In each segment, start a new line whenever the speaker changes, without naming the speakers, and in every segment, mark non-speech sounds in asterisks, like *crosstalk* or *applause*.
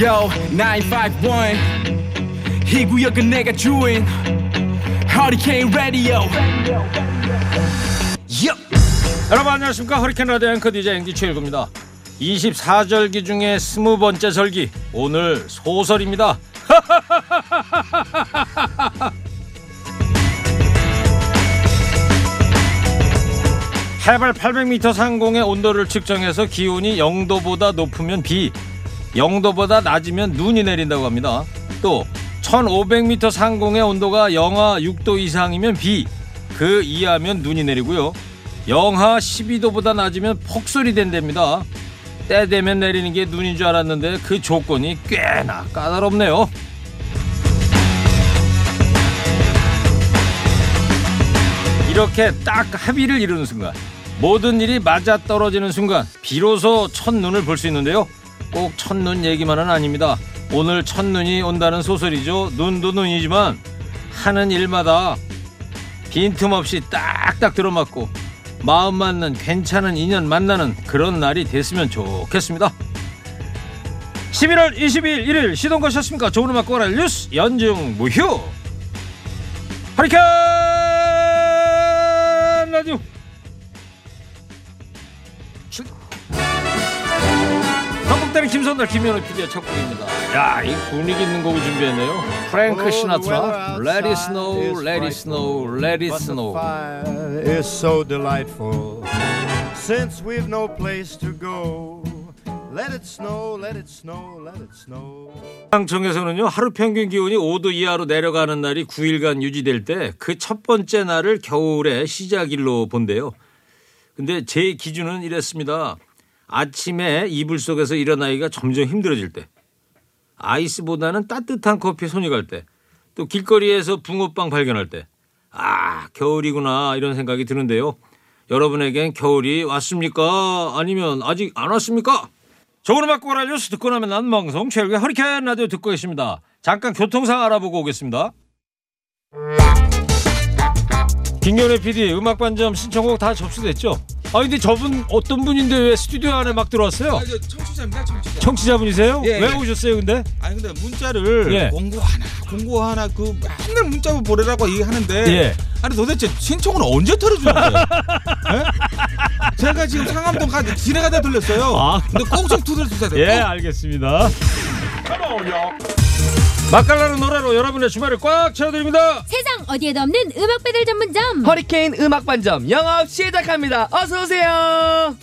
Yo 951 이 구역은 내가 주인 Hurricane Radio Yo
여러분 안녕하십니까 허리케인 라디오 앵커 DJ 앵디 최일구입니다 24절기 중에 20번째 절기 오늘 소설입니다 *laughs* 해발 800m 상공의 온도를 측정해서 기온이 0도보다 높으면 비, 0도보다 낮으면 눈이 내린다고 합니다. 또 1500m 상공의 온도가 영하 6도 이상이면 비, 그 이하면 눈이 내리고요. 영하 12도보다 낮으면 폭설이 된답니다. 때 되면 내리는 게 눈인 줄 알았는데 그 조건이 꽤나 까다롭네요. 이렇게 딱 합의를 이루는 순간 모든 일이 맞아떨어지는 순간 비로소 첫눈을 볼 수 있는데요 꼭 첫눈 얘기만은 아닙니다 오늘 첫눈이 온다는 소설이죠 눈도 눈이지만 하는 일마다 빈틈없이 딱딱 들어맞고 마음 맞는 괜찮은 인연 만나는 그런 날이 됐으면 좋겠습니다 11월 22일 일일 시동 거셨습니까 좋은 음악 꼬라 뉴스 연중 무휴 허리케인 라디오 전국대는 김선달 김현우 PD의 첫 곡입니다 야이 분위기 있는 곡을 준비했네요 프랭크 시나트라 Let it snow, let it snow, let it
But the
snow
fire is so delightful. Since we've no place to go, let it snow, let it snow, let it snow.
방청에서는요 하루 평균 기온이 5도 이하로 내려가는 날이 9일간 유지될 때 그 첫 번째 날을 겨울의 시작일로 본대요. 근데 제 기준은 이랬습니다. 아침에 이불 속에서 일어나기가 점점 힘들어질 때, 아이스보다는 따뜻한 커피 손이 갈 때, 또 길거리에서 붕어빵 발견할 때, 아 겨울이구나 이런 생각이 드는데요. 여러분에겐 겨울이 왔습니까? 아니면 아직 안 왔습니까? 좋은 음악 꼬라 뉴스 듣고 나면 난 방송 최일의 허리케인 라디오 듣고 계십니다. 잠깐 교통상 알아보고 오겠습니다. 김경래 PD 음악 반점 신청곡 다 접수됐죠? 아 근데 저분 어떤 분인데 왜 스튜디오 안에 막 들어왔어요?
아, 저 청취자입니다, 청취자.
청취자분이세요?
예,
왜
예.
오셨어요 근데?
아니 근데 문자를
예.
공고 하나, 공고 하나 그 맨날 문자로 보내라고 얘기하는데
예.
아니 도대체 신청은 언제 털어주는
*laughs*
거예요? 예? 제가 지금 상암동 가 지뢰가다 들렸어요.
아.
근데 꼭 좀 두드려 주셔야 돼요.
예 알겠습니다. 맛깔나는 노래로 여러분의 주말을 꽉 채워드립니다.
세상 어디에도 없는 음악 배달 전문점
허리케인 음악 반점 영업 시작합니다. 어서 오세요.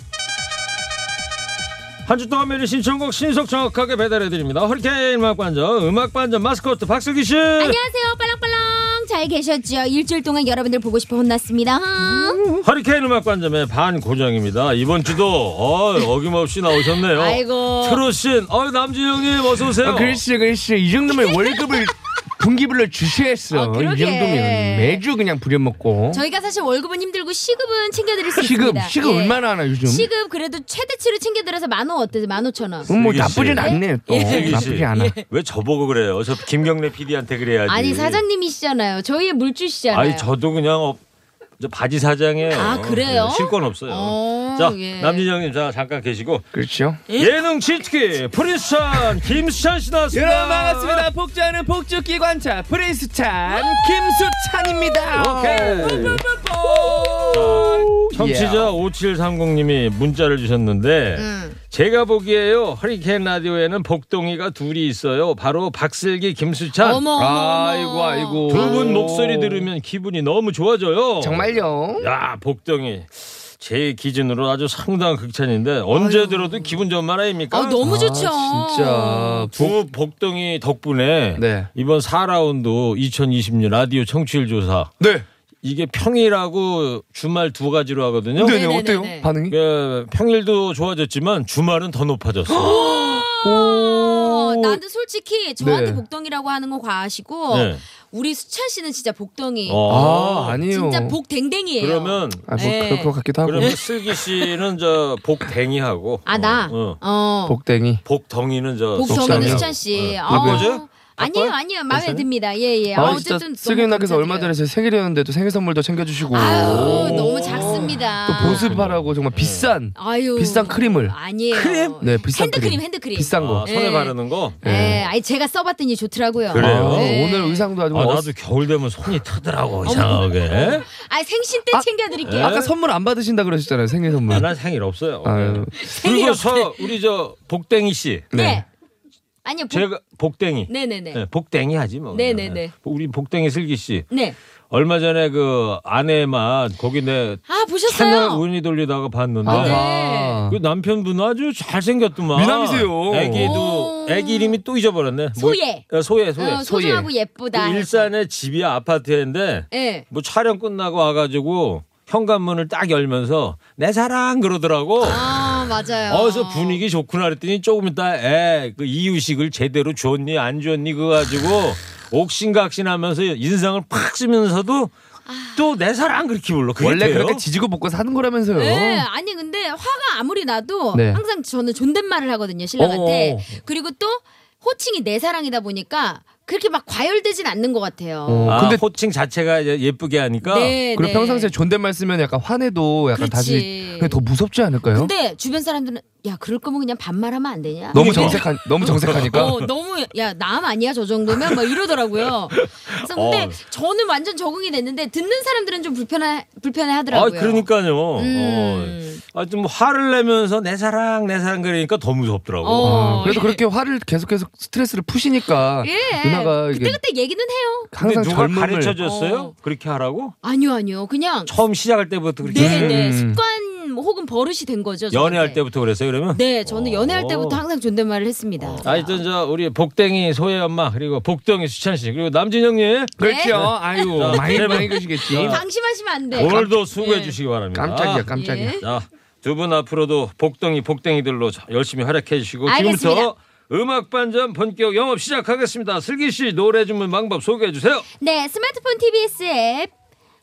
한 주 동안 매일 신청곡 신속 정확하게 배달해드립니다. 허리케인 음악 반점 음악 반점 마스코트 박슬기 씨.
안녕하세요 빨랑빨랑 잘 계셨죠 일주일 동안 여러분들 보고 싶어 혼났습니다
허리케인 음악 관점의 반고정입니다. 이번 주도 어, 김없이 나오셨네요.
아이고 아,
트롯신, 어, 남진 형님 어서 오세요.
어, 글쎄 글쎄 이
*laughs*
정도면 월급을 분기별로 주시했어.
아,
이
그러게.
정도면 매주 그냥 부려먹고.
저희가 사실 월급은 힘들고 시급은 챙겨드릴 수
시급
있습니다
시급
예.
얼마나 하나 요즘?
시급 그래도 최대치로 챙겨드려서 만원 어때요 만오천원
음, 뭐
슬기 씨.
나쁘진 않네요
예.
또
슬기 씨.
나쁘지 않아.
왜 저보고 그래요? 저 김경래 PD한테 그래야지.
아니
네.
사장님이시잖아요 저희의 물주시잖아요
아니, 저도 그냥 어, 저 바지 사장이에요.
아, 그래요?
네, 실권 없어요.
어,
자,
예.
남진 형님 자, 잠깐 계시고
그렇죠.
예능 치트키 프린스찬 김수찬 씨 나왔습니다.
여러분 예, 반갑습니다. 폭주하는 폭주 기관차 프린스찬 김수찬입니다.
오케이.
예.
청취자 5730님이 문자를 주셨는데
음.
제가 보기에요 허리케인 라디오에는 복동이가 둘이 있어요 바로 박슬기 김수찬
어머 어머, 어머
아이고 아이고.
두 분 목소리 들으면 기분이 너무 좋아져요
정말요.
야 복동이 제 기준으로 아주 상당한 극찬인데 언제 들어도 기분 좋은 말 아닙니까
아, 너무 좋죠
진짜
두 복동이 덕분에
네.
이번 4라운드 2020년 라디오 청취율 조사
네.
이게 평일하고 주말 두 가지로 하거든요.
네네, 아,
네네 어때요?
네네.
반응이?
그 평일도 좋아졌지만 주말은 더 높아졌어.
어, 나한테 솔직히 저한테
네.
복덩이라고 하는 거 과하시고
네.
우리 수찬 씨는 진짜 복덩이
어.
아 아니에요.
진짜 복댕댕이에요
그러면
아, 뭐
네.
그럴 것 같기도 하고
그러면 슬기 씨는 저 복댕이하고
아, 나?
어, 어.
어.
복댕이
복덩이는 저
복덩이는
복덩이요.
수찬 씨.
어.
아,
바꿔줘요?
아니에요, 아니에요. 마음에 듭니다. 예, 예.
아,
아,
진짜
어쨌든 너무
쓰기나께서 얼마 전에
감사드려요.
제 생일이었는데도 생일 선물도 챙겨주시고
아유, 너무
또
작습니다.
보습하라고 정말 비싼
아유.
비싼 크림을
아니에요.
네 비싼
핸드크림, 핸드크림.
비싼 거
아, 손에
네.
바르는 거.
예, 아니 제가 써봤더니 좋더라고요.
그래요?
아,
네.
오늘 의상도 아주 뭐
아,
멋-
나도 겨울 되면 손이 타더라고 이상하게.
아 생신 때
아,
챙겨드릴게요.
네.
아까 선물 안 받으신다 그러셨잖아요 생일 선물
아, 난 생일 없어요. 네.
아유.
그리고 서 우리 저 복댕이 씨,
네.
네.
아니요. 복...
제가 복댕이, 네.
네네네. 네.
복댕이 하지 뭐.
네,
그냥.
네, 네.
우리 복댕이 슬기 씨 얼마 전에 그 아내만 거기 내
아
채널
보셨어요? 네.
운이 돌리다가 봤는데
아하
그 남편분 아주 잘생겼더만.
미남이세요.
애기도
오.
애기 이름이 또 잊어버렸네. 뭐-
소예.
어, 소예 소예.
어, 소중하고 예쁘다.
그 일산의 집이야 아파트인데
예.
뭐 촬영 끝나고 와가지고 현관문을 딱 열면서 내 사랑 그러더라고.
아 맞아요.
어서 분위기 좋구나 그랬더니 조금 있다 애그 이유식을 제대로 줬니 안 줬니 그거 가지고 옥신각신하면서 인상을 팍 쓰면서도
아.
또 내 사랑 그렇게 불러. 그게
원래
돼요?
그렇게 지지고 볶고 사는 거라면서요
네, 아니 근데 화가 아무리 나도
그렇죠. 네.
항상 저는 존댓말을 하거든요 신랑한테.
어어.
그리고 또 호칭이 내 사랑이다 보니까 그렇게 막 과열되진 않는 것 같아요.
어,
아,
근데
호칭 자체가 이제 예쁘게 하니까
네,
어. 그리고
네.
평상시에 존댓말 쓰면 약간 화내도 약간 다시
그렇지.
그게 더 무섭지 않을까요?
근데 주변 사람들은 야 그럴 거면 그냥 반말하면 안 되냐?
너무 정색한 너무 정색하니까
어, 너무 야 남 아니야 저 정도면 막 이러더라고요. 그래서 근데
어.
저는 완전 적응이 됐는데 듣는 사람들은 좀 불편해 불편해
아,
하더라고요.
그러니까요.
음.
어. 아, 좀 화를 내면서 내 사랑, 내 사랑 그러니까 더 무섭더라고.
어.
아, 그래도 그렇게 화를 계속해서 스트레스를 푸시니까
예.
누나가 이게
그때 그때 얘기는 해요.
근데
항상
누가
젊음을
가르쳐 줬어요?
어.
그렇게 하라고?
아니요 아니요 그냥
처음 시작할 때부터 그렇게 했어요?
네네
음.
습관 혹은 버릇이 된 거죠. 저한테.
연애할 때부터 그랬어요, 그러면?
네 저는 연애할
어.
때부터 항상 존댓말을 했습니다.
하여튼 아, 저 우리 복댕이 소혜 엄마 그리고 복덩이 수찬 씨 그리고 남진영님
그렇죠. 아유
자,
많이
그러면-
많이 그러시겠지.
네, 방심하시면 안 돼.
오늘도 수고해
예.
주시기 바랍니다.
깜짝이야 깜짝이야.
예.
자, 두 분 앞으로도 복덩이 복덩이들로 자- 열심히 활약해 주시고
알겠습니다.
지금부터 음악 반전 본격 영업 시작하겠습니다. 슬기 씨 노래 주문 방법 소개해 주세요.
네, 스마트폰 TBS 앱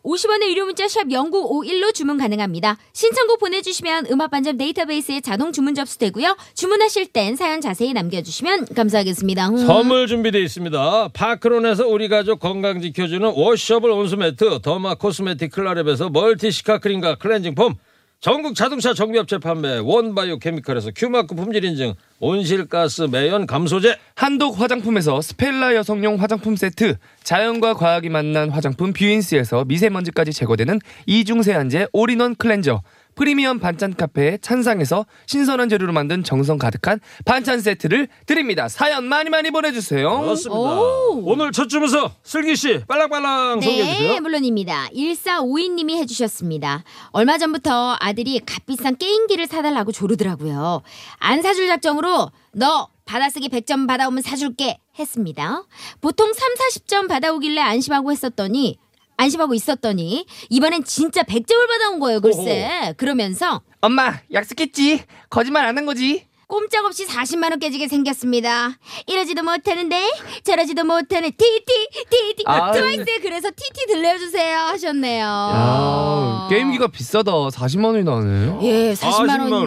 50원의 유료 문자 샵 0951로 주문 가능합니다. 신청곡 보내주시면 음악반점 데이터베이스에 자동 주문 접수되고요. 주문하실 땐 사연 자세히 남겨주시면 감사하겠습니다. 음.
선물 준비되어 있습니다. 파크론에서 우리 가족 건강 지켜주는 워셔블 온수매트, 더마 코스메틱 클라랩에서 멀티시카 크림과 클렌징 폼, 전국 자동차 정비업체 판매, 원바이오 케미컬에서 큐마크 품질 인증, 온실가스 매연 감소제,
한독 화장품에서 스펠라 여성용 화장품 세트, 자연과 과학이 만난 화장품 뷰인스에서 미세먼지까지 제거되는 이중 세안제 올인원 클렌저, 프리미엄 반찬 카페 찬상에서 신선한 재료로 만든 정성 가득한 반찬 세트를 드립니다. 사연 많이 많이 보내주세요.
그렇습니다. 오늘 첫 주문서 슬기 씨 빨랑빨랑 소개해
네,
주세요.
물론입니다. 1452님이 해주셨습니다. 얼마 전부터 아들이 값비싼 게임기를 사달라고 조르더라고요. 안 사줄 작정으로 너 받아쓰기 100점 받아오면 사줄게 했습니다. 보통 3, 40점 받아오길래 안심하고 했었더니 안심하고 있었더니 이번엔 진짜 100점을 받아온 거예요, 글쎄. 그러면서
엄마 약속했지? 거짓말 안 한 거지?
꼼짝없이 40만 원 깨지게 생겼습니다. 이러지도 못하는데 저러지도 못하는 티티 티티
아,
트와이스 그래서 티티 들려주세요 하셨네요.
아, 게임기가 아, 비싸다. 40만 원이 나네.
예 40만 원.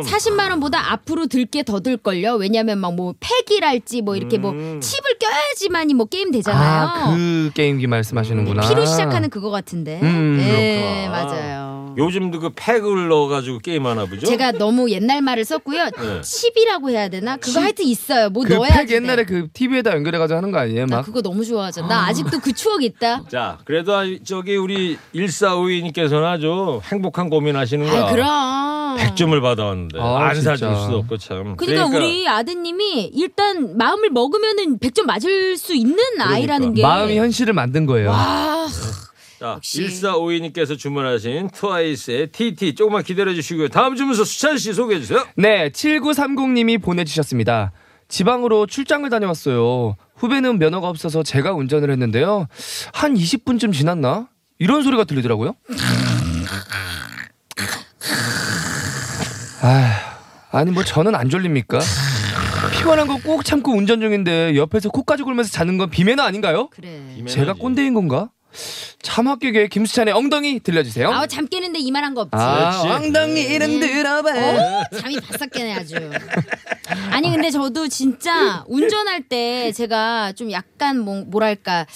40만
40만 원보다 앞으로 들 게 더 들걸요. 왜냐면 막 뭐 팩이랄지 뭐 이렇게 뭐 칩을 껴야지만이 뭐 게임 되잖아요.
음. 아, 그 게임기 말씀하시는구나.
피로 시작하는 그거 같은데.
음,
예,
그렇구나.
맞아요.
요즘도 그 팩을 넣어가지고 게임하나 보죠?
제가 너무 옛날 말을 썼고요.
네.
칩이라고 해야 되나? 그거 하여튼 있어요. 뭐
그
넣어야
팩 옛날에 그 TV에다 연결해가지고 하는 거 아니에요?
나
막
그거 너무 좋아하잖아. 나 아직도 그 추억 있다.
자, 그래도 아, 저기 우리 1452님께서는 아주 행복한 고민하시는 거야.
아 그럼.
100점을 받아왔는데
아,
안
진짜.
사줄 수도 없고 참.
그러니까, 우리 아드님이 일단 마음을 먹으면은 100점 맞을 수 있는 아이라는 게
그러니까. 마음이 현실을 만든 거예요.
아,
자,
역시.
1452님께서 주문하신 트와이스의 TT 조금만 기다려 주시고요. 다음 주문서 수찬 씨 소개해 주세요.
네, 7930님이 보내주셨습니다. 지방으로 출장을 다녀왔어요. 후배는 면허가 없어서 제가 운전을 했는데요. 한 20분쯤 지났나? 이런 소리가 들리더라고요. 아, 아니 뭐 저는 안 졸립니까? 피곤한 거 꼭 참고 운전 중인데 옆에서 코까지 굴면서 자는 건 비매너 아닌가요?
그래.
예.
제가 꼰대인 건가? 참학교계 김수찬의 엉덩이 들려주세요.
아우 잠 깨는데 이만한 거 없지.
아,
그렇지.
엉덩이 이름 들어봐.
오, 잠이 바싹 깨네 아주. 아니 근데 저도 진짜 운전할 때 제가 좀 약간 뭐, 뭐랄까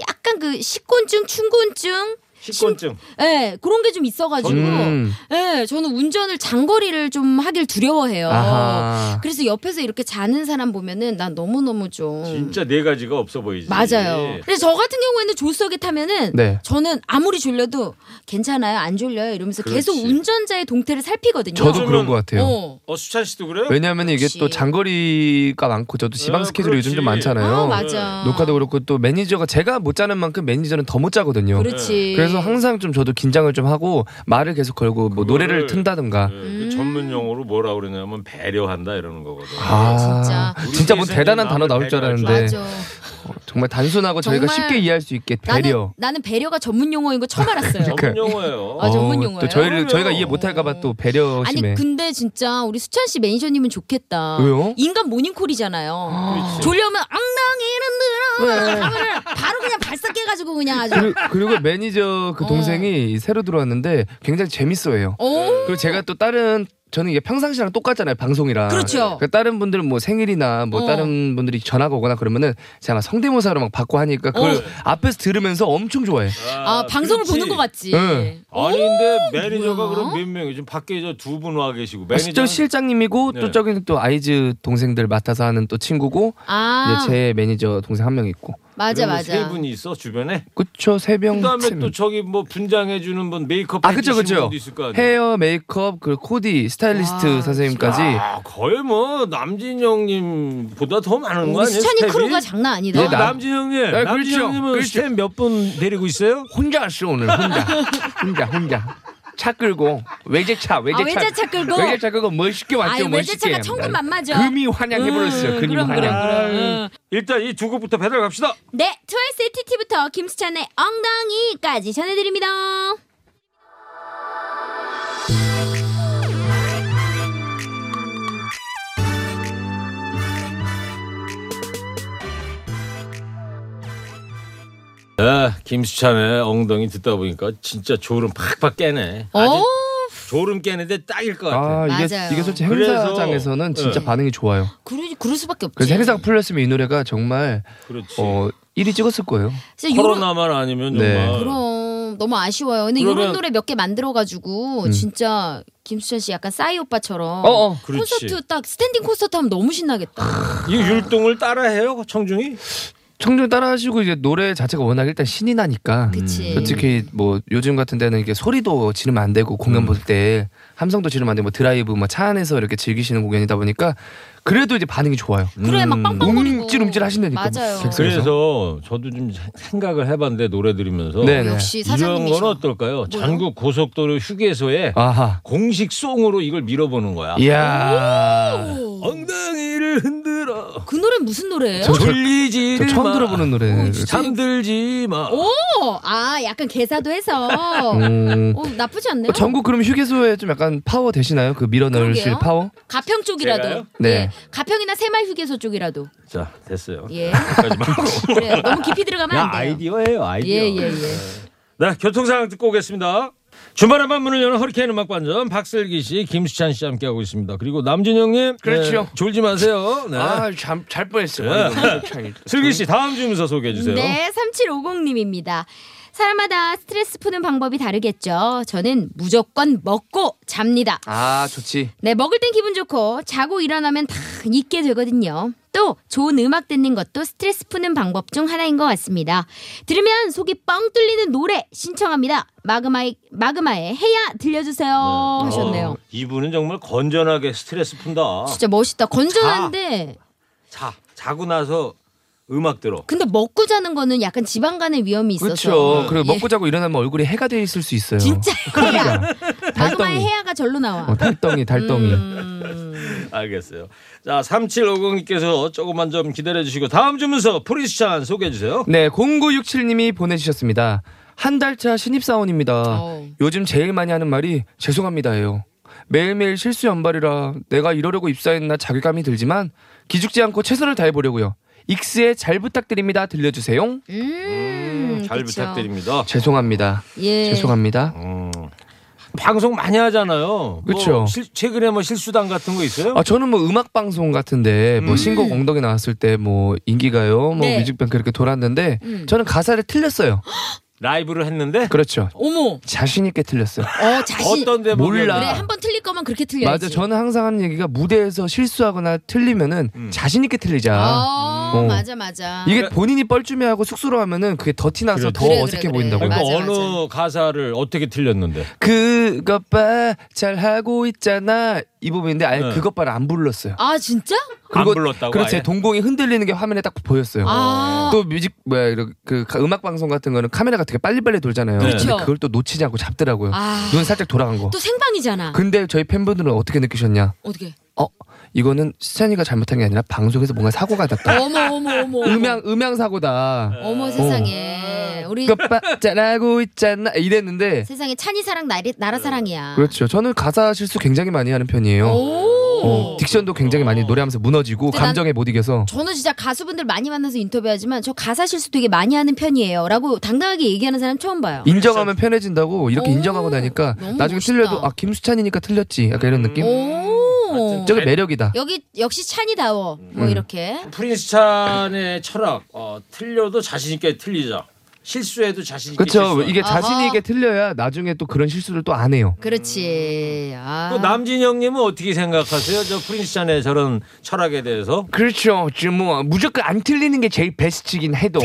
약간 그 식곤증, 충곤증,
식곤증.
예 그런 게 좀 있어가지고
음.
예 저는 운전을 장거리를 좀 하길 두려워해요.
아하.
그래서 옆에서 이렇게 자는 사람 보면은 난 너무 너무 좀
진짜 네 가지가 없어 보이지.
맞아요. 근데 저 같은 경우에는 조수석에 타면은
예. 네.
저는 아무리 졸려도 괜찮아요, 안 졸려요 이러면서 계속
그렇지.
운전자의 동태를 살피거든요.
저도 그런
요즘은-
것 같아요.
어.
어 수찬 씨도 그래요?
왜냐하면 이게
역시.
또 장거리가 많고 저도 지방
어,
스케줄이 요즘 좀
그렇지.
많잖아요. 네.
아, 맞아.
녹화도 그렇고 또 매니저가 제가 못 자는 만큼 매니저는 더 못 자거든요.
그렇지.
래서 네. 항상 좀 저도 긴장을 좀 하고 말을 계속 걸고 뭐 노래를
그거를-
튼다든가.
예,
음.
그 전문 용어로 뭐라 그러냐면 배려한다 이러는 거거든.
아,
진짜.
진짜 진짜 뭐 대단한 단어 나올 줄 알았는데
맞아.
정말 단순하고 저희가
정말
쉽게 이해할 수 있게 배려.
나는, 나는 배려가 전문 용어인 거 처음
*laughs*
알았어요.
전문 용어예요.
아, 전문
어우,
용어예요?
또 저희를 저희가 이해
어.
못할까봐 또 배려심에.
아니 근데 진짜 우리 수찬 씨 매니저님은 좋겠다.
왜요?
인간
*gasps*
모닝콜이잖아요.
그렇죠.
졸려면 엉덩이는 늘어. 하면은 바로 그냥 발싹 깨가지고 그냥 아주.
그리고, 그리고 매니저
어.
그 동생이 새로 들어왔는데 굉장히 재밌어해요.
오.
그리고 제가 또 다른 저는 이게 평상시랑 똑같잖아요 방송이랑
그렇죠.
그러니까 다른 분들은 뭐 생일이나 뭐
어.
다른 분들이 전화가 오거나 그러면은 제가 막 성대모사로 막 받고 하니까 그걸
어.
앞에서 들으면서 엄청 좋아해
아, 방송을
그렇지.
보는 거 같지.
네.
아니 근데 매니저가
뭐야?
그럼 몇 명이 지금 밖에 저 두 분 와 계시고
저
매니저
실장님이고 또
네.
저기는 또 아이즈 동생들 맡아서 하는 또 친구고
아
이제 제 매니저 동생 한 명 있고
맞아 맞아.
세 분이 있어 주변에.
그쵸 세명
그다음에 또 저기 뭐 분장해 주는 분 메이크업
아
해주시는
그쵸 그쵸
분도 있을 거 아니에요.
헤어 메이크업 그 코디 스타일리스트
와,
선생님까지
아, 거의 뭐 남진영님보다 더 많은 거
우리
아니에요?
수찬이
스텝이?
크루가 장난 아니다.
예, 나-
남진영님,
그렇죠.
남진영님은
그렇죠.
스텝 몇 분 데리고 있어요?
혼자 왔어 오늘 혼자 혼자 혼자 차 끌고 외제차 외제차
아, 외제차 끌고?
외제차 끌고 멋있게 왔죠
아유,
멋있게
외제차가 천금 안 맞아.
금이 환영해버렸어요
음,
금이
그럼, 그럼,
환영
그럼. 음.
일단 이 두 곡부터 배달 갑시다.
네, 트와이스의 TT부터 김수찬의 엉덩이까지 전해드립니다.
아, 김수찬의 엉덩이 듣다 보니까 진짜 졸음 팍팍 깨네. 아주
오,
졸음 깨는데 딱일 것 같아.
아 이게
맞아요.
이게 솔직히
그래서-
행사장에서는 진짜
네.
반응이 좋아요
그러, 그럴 수밖에 없지.
그래서 행사가 풀렸으면 이 노래가 정말
그렇지.
어 1위 찍었을 거예요
진짜 요런-
코로나만 아니면
네.
정말.
그럼 너무 아쉬워요. 근데
그러면-
이런 노래 몇 개 만들어가지고 진짜 김수찬 씨 약간 싸이 오빠처럼
음. 어, 아, 어.
그렇지.
콘서트 딱 스탠딩 콘서트 하면 너무 신나겠다.
이 율동을 따라해요, 청중이?
청중 따라하시고 이제 노래 자체가 워낙 일단 신이 나니까
그치.
솔직히 뭐 요즘 같은 데는 이게 소리도 지르면 안 되고 공연 볼 때 함성도 지르면 안 되고 뭐 드라이브 뭐 차 안에서 이렇게 즐기시는 공연이다 보니까 그래도 이제 반응이 좋아요.
그래 막 빵빵거리고
움찔움찔 하신다니까. 뭐.
맞아요.
음. 객석에서.
그래서 저도 좀 생각을 해봤는데 노래 들으면서
네네.
역시
이런 건
사장님이셔.
어떨까요? 전국 고속도로 휴게소에
아하. 예.
공식 송으로 이걸 밀어보는 거야.
이야.
엉덩이를 흔들어
그 노래 무슨 노래예요?
저-
졸리지
저 처음
마.
들어보는 노래. 그
잠들지 마.
오, 아 약간 개사도 해서
음.
어, 나쁘지 않네요.
어, 전국 그럼 휴게소에 좀 약간 파워 되시나요? 그 밀어 넣으실
그러게요.
파워?
가평 쪽이라도.
제가요?
네.
예. 가평이나 새마을 휴게소 쪽이라도.
자 됐어요. *laughs*
예.
여기까지만.
그래요. 너무 깊이 들어가면
야
안 돼요.
아이디어예요 아이디어.
예, 예, 예.
네 교통 상황 듣고 오겠습니다. 주말에 밤 문을 여는 허리케인 음악 관전 박슬기 씨, 김수찬 씨 함께 하고 있습니다. 그리고 남준영님,
그렇죠.
네, 졸지 마세요. 네.
아잘 예. 뻔했어요. 뭐
슬기 씨 다음 주문서 소개해 주세요.
네, 3750님입니다. 사람마다 스트레스 푸는 방법이 다르겠죠. 저는 무조건 먹고 잡니다.
*laughs* 아 좋지.
네, 먹을 땐 기분 좋고 자고 일어나면 다 잊게 되거든요. 또 좋은 음악 듣는 것도 스트레스 푸는 방법 중 하나인 것 같습니다. 들으면 속이 뻥 뚫리는 노래 신청합니다. 마그마의 마그마의 해야 들려주세요 하셨네요.
어, 이분은 정말 건전하게 스트레스
아.
푼다.
진짜 멋있다. 건전한데
자 자고 나서 음악 들어.
근데 먹고 자는 거는 약간 지방간의 위험이 있어서
그렇죠. 그리고
예.
먹고 자고 일어나면 얼굴이 해가 돼 있을 수 있어요.
진짜
*laughs*
*laughs* 해야 마그마의
달덩이.
해야가 절로 나와.
어, 달덩이 달덩이.
음.
알겠어요. 자 3750님께서 조금만 좀 기다려 주시고 다음 주문서 프리스찬 소개해 주세요.
네, 0967님이 보내주셨습니다. 한 달차 신입사원입니다.
어.
요즘 제일 많이 하는 말이 죄송합니다예요. 매일매일 실수 연발이라 내가 이러려고 입사했나 자괴감이 들지만 기죽지 않고 최선을 다해보려고요. 익스의 잘 부탁드립니다 들려주세요.
네. 음,
잘
그쵸.
부탁드립니다.
죄송합니다.
예.
죄송합니다.
음. 방송 많이 하잖아요.
그쵸.
뭐 실- 최근에 뭐 실수당 같은 거 있어요?
아, 저는 뭐 음악 방송 같은데 뭐
음.
신곡 엉덩이 나왔을 때 뭐 인기가요, 뭐
네.
뮤직뱅크 이렇게 돌았는데
음.
저는 가사를 틀렸어요.
라이브를 했는데
그렇죠.
어머,
자신 있게 틀렸어요.
어 자신.
어떤 아. 대목이
몰라.
그래 한 번 틀릴 거면 그렇게 틀려야지.
맞아. 저는 항상 하는 얘기가 무대에서 실수하거나 틀리면은
음.
자신 있게 틀리자.
아,
어.
맞아 맞아.
이게 본인이 뻘쭘해하고 쑥스러워하면은 그게 더티 나서
그렇지.
더
그래, 그래,
어색해
그래.
보인다고.
그러니까
맞아,
어느 가사를 어떻게 틀렸는데?
그것 봐 잘하고 있잖아 이 부분인데 아예
네.
그것 봐를 안 불렀어요.
아 진짜?
안 불렀다고
그래서 제
아예?
동공이 흔들리는 게 화면에 딱 보였어요.
아.
또 뮤직 뭐야 이런 그 가- 음악 방송 같은 거는 카메라가 되게 빨리빨리 돌잖아요.
네.
근데
그렇죠.
그걸 또 놓치지 않고 잡더라고요.
아.
눈 살짝 돌아간 거.
또 생방이잖아.
근데 저희 팬분들은 어떻게 느끼셨냐?
어떻게?
어 이거는 스찬이가 잘못한 게 아니라 방송에서 뭔가 사고가 났다.
어머 어머 어머. 어머.
음향 음향 사고다.
어머 세상에. 우리
그것 봐 잘하고 있잖아 이랬는데
세상에 찬이 사랑 나리, 나라 사랑이야.
그렇죠. 저는 가사 실수 굉장히 많이 하는 편이에요.
오.
어, 딕션도 굉장히 많이 노래하면서 무너지고
근데 난-
감정에 못 이겨서
저는 진짜 가수분들 많이 만나서 인터뷰하지만 저 가사 실수 되게 많이 하는 편이에요라고 당당하게 얘기하는 사람 처음 봐요.
인정하면 편해진다고 이렇게
그렇죠. 오,
인정하고 나니까
너무
나중에
멋있다.
틀려도 아 김수찬이니까 틀렸지 약간 이런 느낌
오.
저게 매력이다
여기 역시 찬이다워.
음.
뭐 이렇게.
프린스 찬의 철학 어, 틀려도 자신 있게 틀리자. 실수해도 자신 있게
그렇죠
실수하자.
이게 자신
아하.
있게 틀려야 나중에 또 그런 실수를 또 안 해요
그렇지. 아.
또 남진영님은 어떻게 생각하세요? 저 프린스 찬의 저런 철학에 대해서
그렇죠 지금 뭐 무조건 안 틀리는 게 제일 베스트긴 해도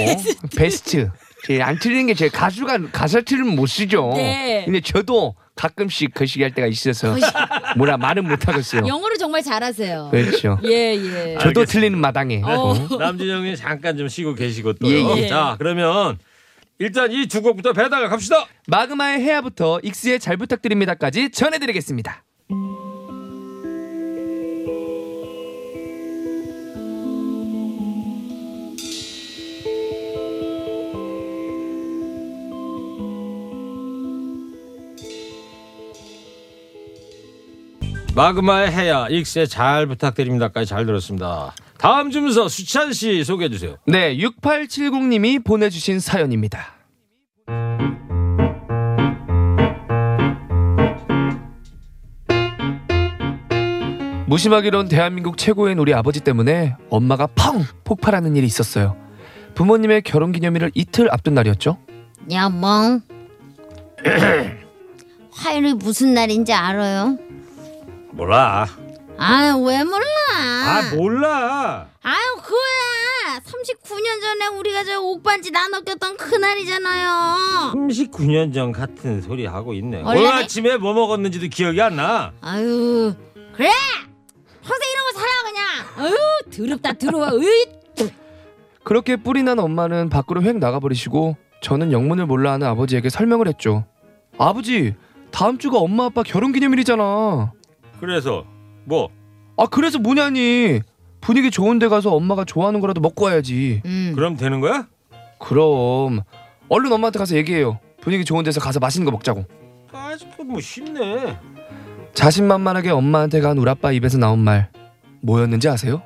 베스트 제일 안 틀리는 게 제일 가수가 가사 틀면 못 쓰죠
네.
근데 저도 가끔씩 거시기 할 때가 있어서 뭐라 말은 못 하겠어요
영어를 정말 잘하세요.
그렇죠
예, 예.
저도 틀리는 마당에
어.
*laughs* 남진영님 잠깐 좀 쉬고 계시고 또요. 어,
예,
예.
자 그러면 일단 이 두 곡부터 배달을 갑시다.
마그마의 해야부터 익스의 잘 부탁드립니다까지 전해드리겠습니다.
마그마의 해야 익스의 잘 부탁드립니다까지 잘 들었습니다. 다음 주문서 수찬 씨 소개해 주세요.
네, 6870님이 보내주신 사연입니다. 무심하기론 대한민국 최고인 우리 아버지 때문에 엄마가 펑 폭발하는 일이 있었어요. 부모님의 결혼 기념일을 이틀 앞둔 날이었죠.
야, *clears throat* 멍. 화요일이 무슨 날인지 알아요?
몰라.
아, 왜 몰라?
아
뭐-
몰라.
아유, 그거야. 39년 전에 우리가 저 옥반지 나눠 꼈던 그날이잖아요.
39년 전 같은 소리 하고 있네.
원래-
오늘 아침에 뭐 먹었는지도 기억이 안 나.
아유, 그래. 평생 이러고 살아 그냥. 아유, 더럽다 더러워. 으이.
그렇게 뿔이 난 엄마는 밖으로 횡 나가버리시고 저는 영문을 몰라 하는 아버지에게 설명을 했죠. 아버지, 다음 주가 엄마 아빠 결혼 기념일이잖아.
그래서 뭐
아 그래서 뭐냐니 분위기 좋은데 가서 엄마가 좋아하는 거라도 먹고 와야지
음.
그럼 되는 거야?
그럼 얼른 엄마한테 가서 얘기해요 분위기 좋은 데서 가서 맛있는 거 먹자고
아직도 뭐 쉽네.
자신만만하게 엄마한테 간 우리 아빠 입에서 나온 말 뭐였는지 아세요?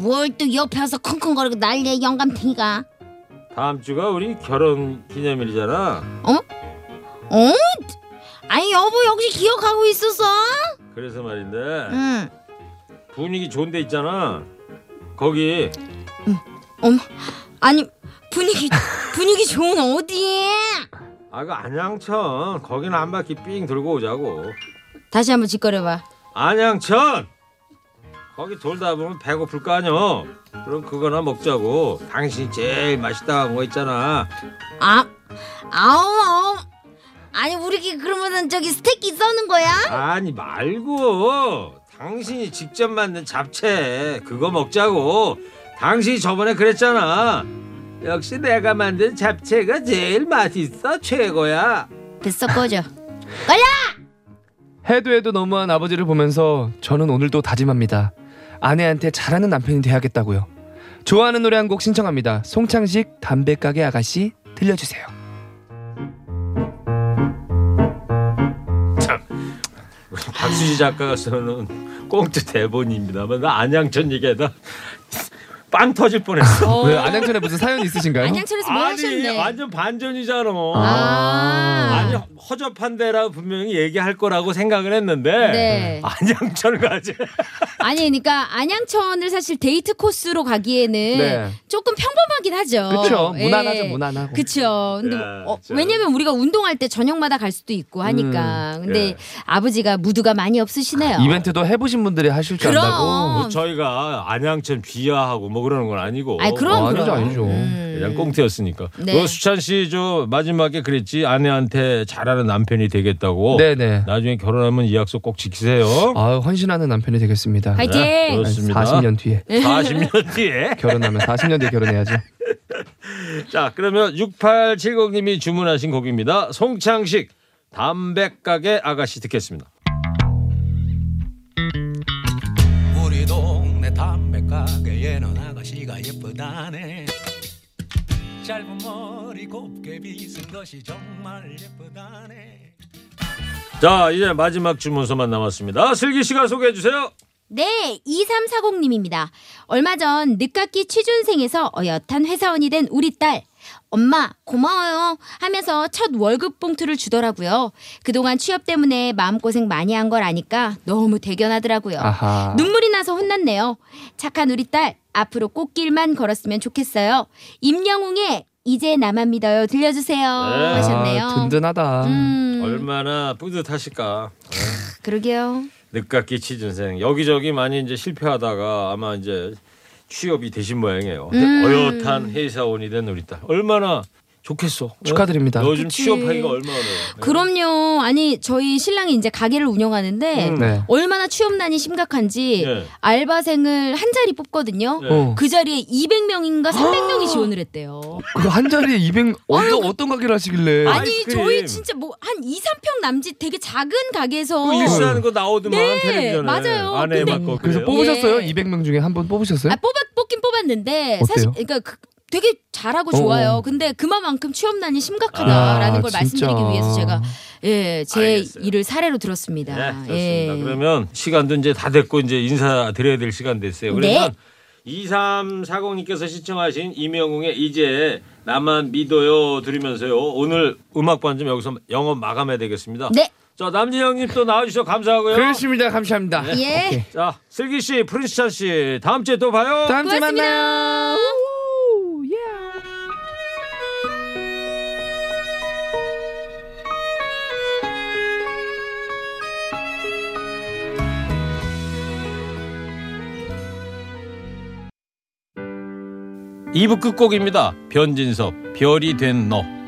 뭘 또 옆에 와서 쿵쿵거리고 난리야 영감탱이가.
다음 주가 우리 결혼 기념일이잖아.
어? 아니 여보 역시 기억하고 있었어.
그래서 말인데
응.
분위기 좋은 데 있잖아. 거기
어머. 아니 분위기 분위기 좋은 어디에?
아까 안양천 거기는 한 바퀴 삥 돌고 오자고.
다시 한번 짓거려봐.
안양천 거기 돌다 보면 배고플 거 아니여. 그럼 그거나 먹자고. 당신이 제일 맛있다 한 거 있잖아.
아 아우 아우. 아니 우리 그러면은 저기 스테이크 써는 거야?
아니 말고 당신이 직접 만든 잡채 그거 먹자고 당신이 저번에 그랬잖아 역시 내가 만든 잡채가 제일 맛있어 최고야
됐어 꺼져.
해도 해도 너무한 아버지를 보면서 저는 오늘도 다짐합니다 아내한테 잘하는 남편이 돼야겠다고요 좋아하는 노래 한 곡 신청합니다 송창식 담배가게 아가씨 들려주세요 *laughs*
박수지 작가가 쓰는 꽁트 대본입니다만 나 안양천 얘기하다 빵 터질 뻔했어.
어.
왜 아, 안양천에 무슨 사연 있으신가요?
안양천에서 뭐 하셨네.
완전 반전이잖아. 뭐.
아.
아니 허접한데라 분명히 얘기할 거라고 생각을 했는데
네. *laughs*
안양철까지
아니 그러니까 안양천을 사실 데이트 코스로 가기에는
네.
조금 평범하긴 하죠.
그쵸.
예.
무난하죠, 무난하고. 네,
그쵸. 근데
야,
어,
참.
왜냐면 우리가 운동할 때 저녁마다 갈 수도 있고
음,
하니까. 근데
예.
아버지가 무드가 많이
아,
없으시네요.
이벤트도 해보신 분들이 하실 줄
그럼.
안다고.
뭐 저희가 안양천 비하하고 뭐 그러는 건 아니고
아니 그럼
어, 아니죠,
그럼. 음.
아니죠.
그냥 꽁트였으니까.
네.
그 수찬 씨 저 마지막에 그랬지 아내한테 잘하는 남편이 되겠다고.
네네.
나중에 결혼하면 이 약속 꼭 지키세요. 네,
아 헌신하는 남편이 되겠습니다.
파이팅.
그렇습니다.
40년 뒤에
40년 뒤에.
결혼하면 40년
*laughs*
뒤에 결혼해야죠.
자, 그러면 6870님이 주문하신 곡입니다. 송창식 담백가게 아가씨 듣겠습니다.
우리 동네 담배 가게에는 아가씨가 예쁘다네 짧은 머리 곱게 빗은 것이 정말 예쁘다네
자, 이제 마지막 주문서만 남았습니다. 슬기 씨가 소개해 주세요.
네, 2340님입니다. 얼마 전 늦깎이 취준생에서 어엿한 회사원이 된 우리 딸. 엄마, 고마워요. 하면서 첫 월급 봉투를 주더라고요. 그동안 취업 때문에 마음고생 많이 한 걸 아니까 너무 대견하더라고요.
아하.
눈물이 나서 혼났네요. 착한 우리 딸, 앞으로 꽃길만 걸었으면 좋겠어요. 임영웅의 이제 나만 믿어요. 들려주세요. 하셨네요.
아, 든든하다.
음,
얼마나 뿌듯하실까.
그러게요.
네.
늦깎이 취준생 여기저기 많이 이제 실패하다가 아마 이제 취업이 되신 모양이에요. 근데 어엿한 회사원이 된 우리 딸 얼마나 좋겠어.
축하드립니다.
너 요즘
그치.
취업하기가 얼마나 어려워.
그럼요. 아니 저희 신랑이 이제 가게를 운영하는데
음.
네.
얼마나 취업난이 심각한지
예.
알바생을 한 자리 뽑거든요.
네.
어.
그 자리에 200명인가
아!
300명이 지원을 했대요.
그 한 자리에 200 어떤 어떤 가게를 하시길래?
그 아니
그 아이스크림.
저희 진짜 뭐 한 2, 3평 남짓 되게 작은 가게에서
그 일시하는 거 나오더만
네,
텔레비전에
맞아요.
아내
근데-
맞고
그래서
그래요.
뽑으셨어요?
예.
200명 중에 한 분 뽑으셨어요?
아, 뽑아, 뽑긴 뽑았는데 사실
네? 어때요?
그러니까 그- 되게 잘하고
어.
좋아요. 근데 그만큼 취업난이 심각하다라는
아,
걸
진짜.
말씀드리기 위해서 제가 예, 제
알겠어요.
일을 사례로 들었습니다.
네, 좋습니다.
예.
그러면 시간도 이제 다 됐고 이제 인사 드려야 될 시간 됐어요. 그러면
네.
2340님께서 시청하신 이명웅의 이제 나만 믿어요 들으면서요. 오늘 음악 반점 여기서 영업 마감해야 되겠습니다.
네.
자 남진영님 또 나와주셔서 감사하고요.
그렇습니다. 감사합니다.
예.
오케이.
자 슬기 씨, 프린스찬 씨, 다음 주에 또 봐요.
다음 주에
고맙습니다.
만나요.
이부 끝곡입니다. 변진섭 별이 된 너.